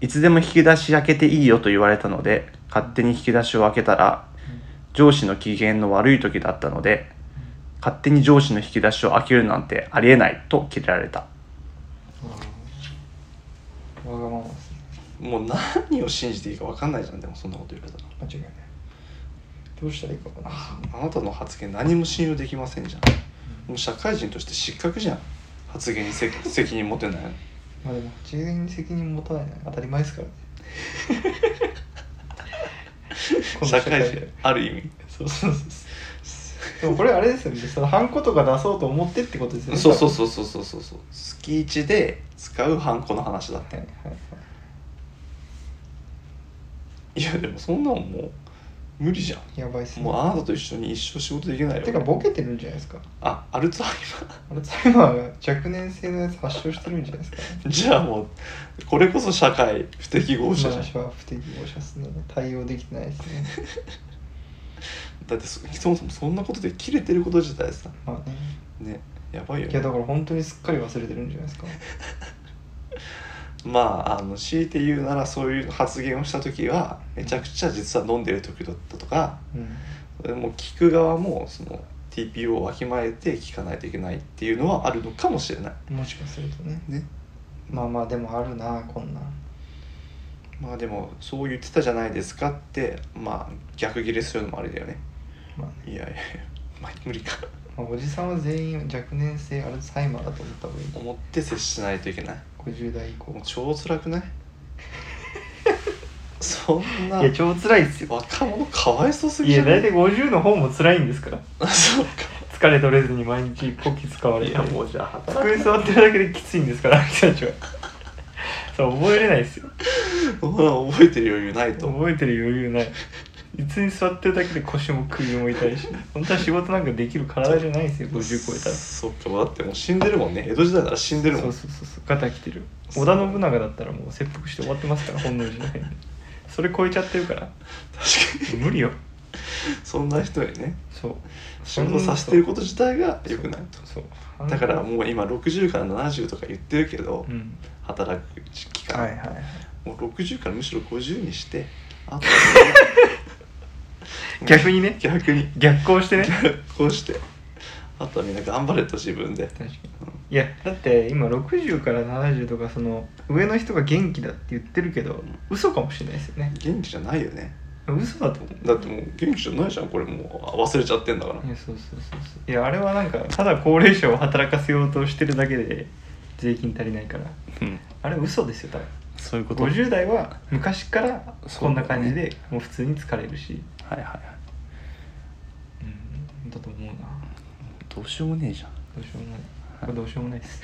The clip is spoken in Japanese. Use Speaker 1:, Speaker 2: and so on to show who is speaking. Speaker 1: いつでも引き出し開けていいよと言われたので勝手に引き出しを開けたら上司の機嫌の悪い時だったので勝手に上司の引き出しを開けるなんてありえないと切れられた
Speaker 2: わがままですね
Speaker 3: もう何を信じていいか分かんないじゃんでもそんなこと言われたら
Speaker 2: 間違いないどうしたらいいかわかんないですね
Speaker 3: あなたの発言何も信用できませんじゃんもう社会人として失格じゃん発言にせ 責任持てない
Speaker 2: まあでも発言に責任持たないのは当たり前ですからねこ の
Speaker 3: 社会人ある意味そうそうそう
Speaker 2: でもこれあれですよねそのハンコとか出そうと思ってってことですよね
Speaker 3: そうそう
Speaker 2: う
Speaker 3: そうそうそうそうそう月一で使うハンコの話だっ
Speaker 2: はいはいはい
Speaker 3: ていやでもそんなんもう無理じゃん
Speaker 2: やばいっすね
Speaker 3: もうあなたと一緒に一生仕事できないよ
Speaker 2: てかボケてるんじゃないですか
Speaker 3: あアルツハイマ
Speaker 2: アルツハイマーが若年性のやつ発症してるんじゃないですか、
Speaker 3: ー じゃあもうこれこそ社会不適合者じゃん
Speaker 2: 私は不適合者ですね対応できてないですね
Speaker 3: だってそそもそもそんなことで切れてること自体さ
Speaker 2: まあね
Speaker 3: ねやばいよ
Speaker 2: いやだから本当にすっかり忘れてるんじゃないですか
Speaker 3: まああの強いて言うならそういう発言をした時はめちゃくちゃ実は飲んでる時だったとか
Speaker 2: うん
Speaker 3: もう聞く側もその TPO をわきまえて聞かないといけないっていうのはあるのかもしれない
Speaker 2: もしかするとね
Speaker 3: ね
Speaker 2: まあまあでもあるなこんなん
Speaker 3: まあでもそう言ってたじゃないですかってまあ逆ギレするのもあれだよね
Speaker 2: まあね
Speaker 3: いやいやいや、まあ、無理か
Speaker 2: まあ、おじさんは全員若年性アルツハイマーだと思った方がいい
Speaker 3: 思って接しないといけない
Speaker 2: 50代以降
Speaker 3: もう超辛 くないそんない
Speaker 2: や超辛いっすよ
Speaker 3: 若者かわいそうすぎ
Speaker 2: い
Speaker 3: じ
Speaker 2: や
Speaker 3: ゃな
Speaker 2: 大
Speaker 3: い
Speaker 2: 体50の方も辛いんですから
Speaker 3: あ そうか
Speaker 2: 疲れ取れずに毎日こき使われ
Speaker 3: い
Speaker 2: て
Speaker 3: やもうじゃあ働
Speaker 2: 机座ってるだけできついんですからあの人たちはそう覚えれないですよ
Speaker 3: うん覚えてる余裕ないと思う
Speaker 2: 覚えてる余裕ないいつに座ってるだけで腰も首も痛いし本当は仕事なんかできる体じゃないですよ50超えたら
Speaker 3: そっかだってもう死んでるもんね江戸時代なら死んでるもん
Speaker 2: そうそうそうそう肩来てる織田信長だったらもう切腹して終わってますから本能 寺の変でそれ超えちゃってるから
Speaker 3: 確か
Speaker 2: 無理よ
Speaker 3: にそんな人にね
Speaker 2: そう
Speaker 3: 仕事させてること自体が良くない
Speaker 2: そう
Speaker 3: とだからもう今60から70とか言ってるけど、
Speaker 2: うん
Speaker 3: 働く期間、
Speaker 2: はいはいはい
Speaker 3: もう60からむしろ50にしてあと
Speaker 2: 逆にね
Speaker 3: 逆に
Speaker 2: 逆行してね
Speaker 3: こうしてあとはみんな頑張れと自分で
Speaker 2: 確かにいやだって今60から70とかその上の人が元気だって言ってるけど嘘かもしれないですよね
Speaker 3: 元気じゃないよね
Speaker 2: 嘘だと思う
Speaker 3: だってもう元気じゃないじゃんこれもう忘れちゃってんだから
Speaker 2: いやそうそうそうそういやあれはなんかただ高齢者を働かせようとしてるだけで税金足りないから
Speaker 1: うん
Speaker 2: あれ嘘ですよ多
Speaker 1: そういうこと
Speaker 2: 分50代は昔から
Speaker 1: そう
Speaker 2: こんな感じでもう普通に疲れるし
Speaker 1: はいはいはい
Speaker 2: うんだと思うな
Speaker 1: どうしようもねえじゃん
Speaker 2: どうしようもないこれどうしようもないです